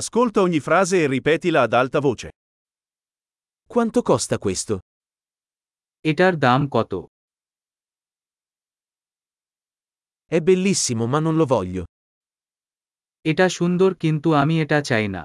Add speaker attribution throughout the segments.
Speaker 1: Ascolta ogni frase e ripetila ad alta voce.
Speaker 2: Quanto costa questo?
Speaker 3: এটার দাম কত
Speaker 2: È bellissimo ma non lo voglio.
Speaker 3: এটা সুন্দর কিন্তু আমি এটা চাই না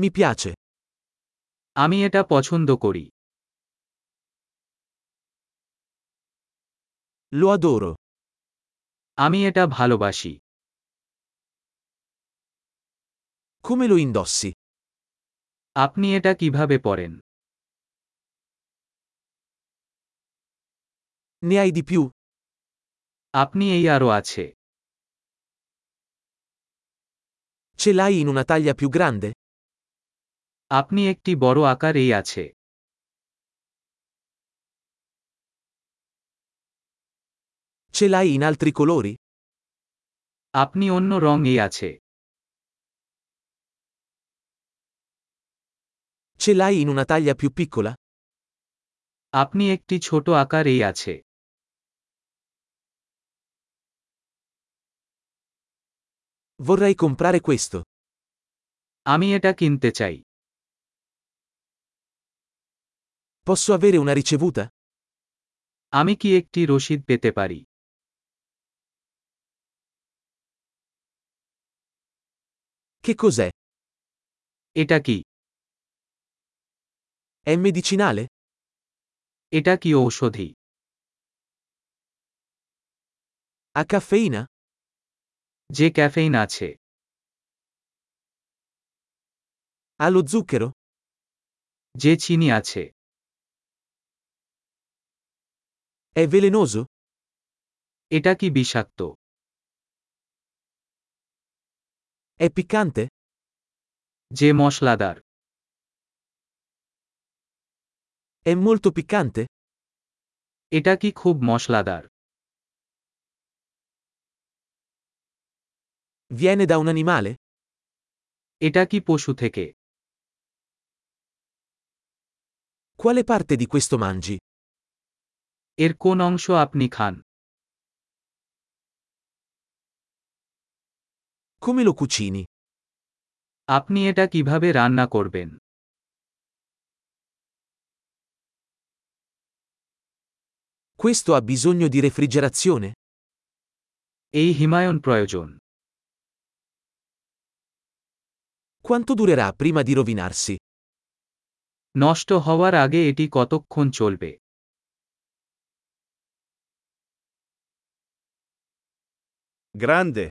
Speaker 2: Mi piace.
Speaker 3: আমি এটা পছন্দ করি
Speaker 2: Lo adoro.
Speaker 3: আমি এটা ভালোবাসি
Speaker 2: Come lo indossi?
Speaker 3: আপনি এটা কিভাবে পরেন
Speaker 2: Ne hai di più?
Speaker 3: আপনি এই আরও আছে
Speaker 2: Ce l'hai in una taglia più grande?
Speaker 3: আপনি একটি বড় আকার এই আছে
Speaker 2: Ce l'hai in altri colori?
Speaker 3: আপনি অন্য রং এই আছে
Speaker 2: Ce l'hai in una taglia più piccola?
Speaker 3: আপনি একটি ছোট আকার এই আছে
Speaker 2: Vorrei comprare questo.
Speaker 3: আমি এটা কিনতে চাই
Speaker 2: Posso avere una ricevuta?
Speaker 3: আমি কি একটি রসিদ পেতে পারি
Speaker 2: Che cos'è?
Speaker 3: এটা কি
Speaker 2: È medicinale?
Speaker 3: এটা কি ঔষধি
Speaker 2: Ha caffeina?
Speaker 3: যে ক্যাফেইন আছে
Speaker 2: Ha lo zucchero?
Speaker 3: যে চিনি আছে
Speaker 2: È velenoso?
Speaker 3: এটা কি বিষাক্ত
Speaker 2: È piccante?
Speaker 3: যে মশলাদার
Speaker 2: È molto piccante?
Speaker 3: এটা কি খুব মশলাদার
Speaker 2: Viene da un animale?
Speaker 3: এটা কি পশু থেকে
Speaker 2: Quale parte di questo mangi?
Speaker 3: এর কোন অংশ আপনি খান
Speaker 2: Come lo cucini?
Speaker 3: আপনি এটা কিভাবে রান্না করবেন
Speaker 2: Questo ha bisogno di refrigerazione?
Speaker 3: এই হিমায়ন প্রয়োজন
Speaker 2: Quanto durerà prima di rovinarsi?
Speaker 3: নষ্ট হওয়ার আগে এটি কতক্ষণ চলবে
Speaker 1: Grande,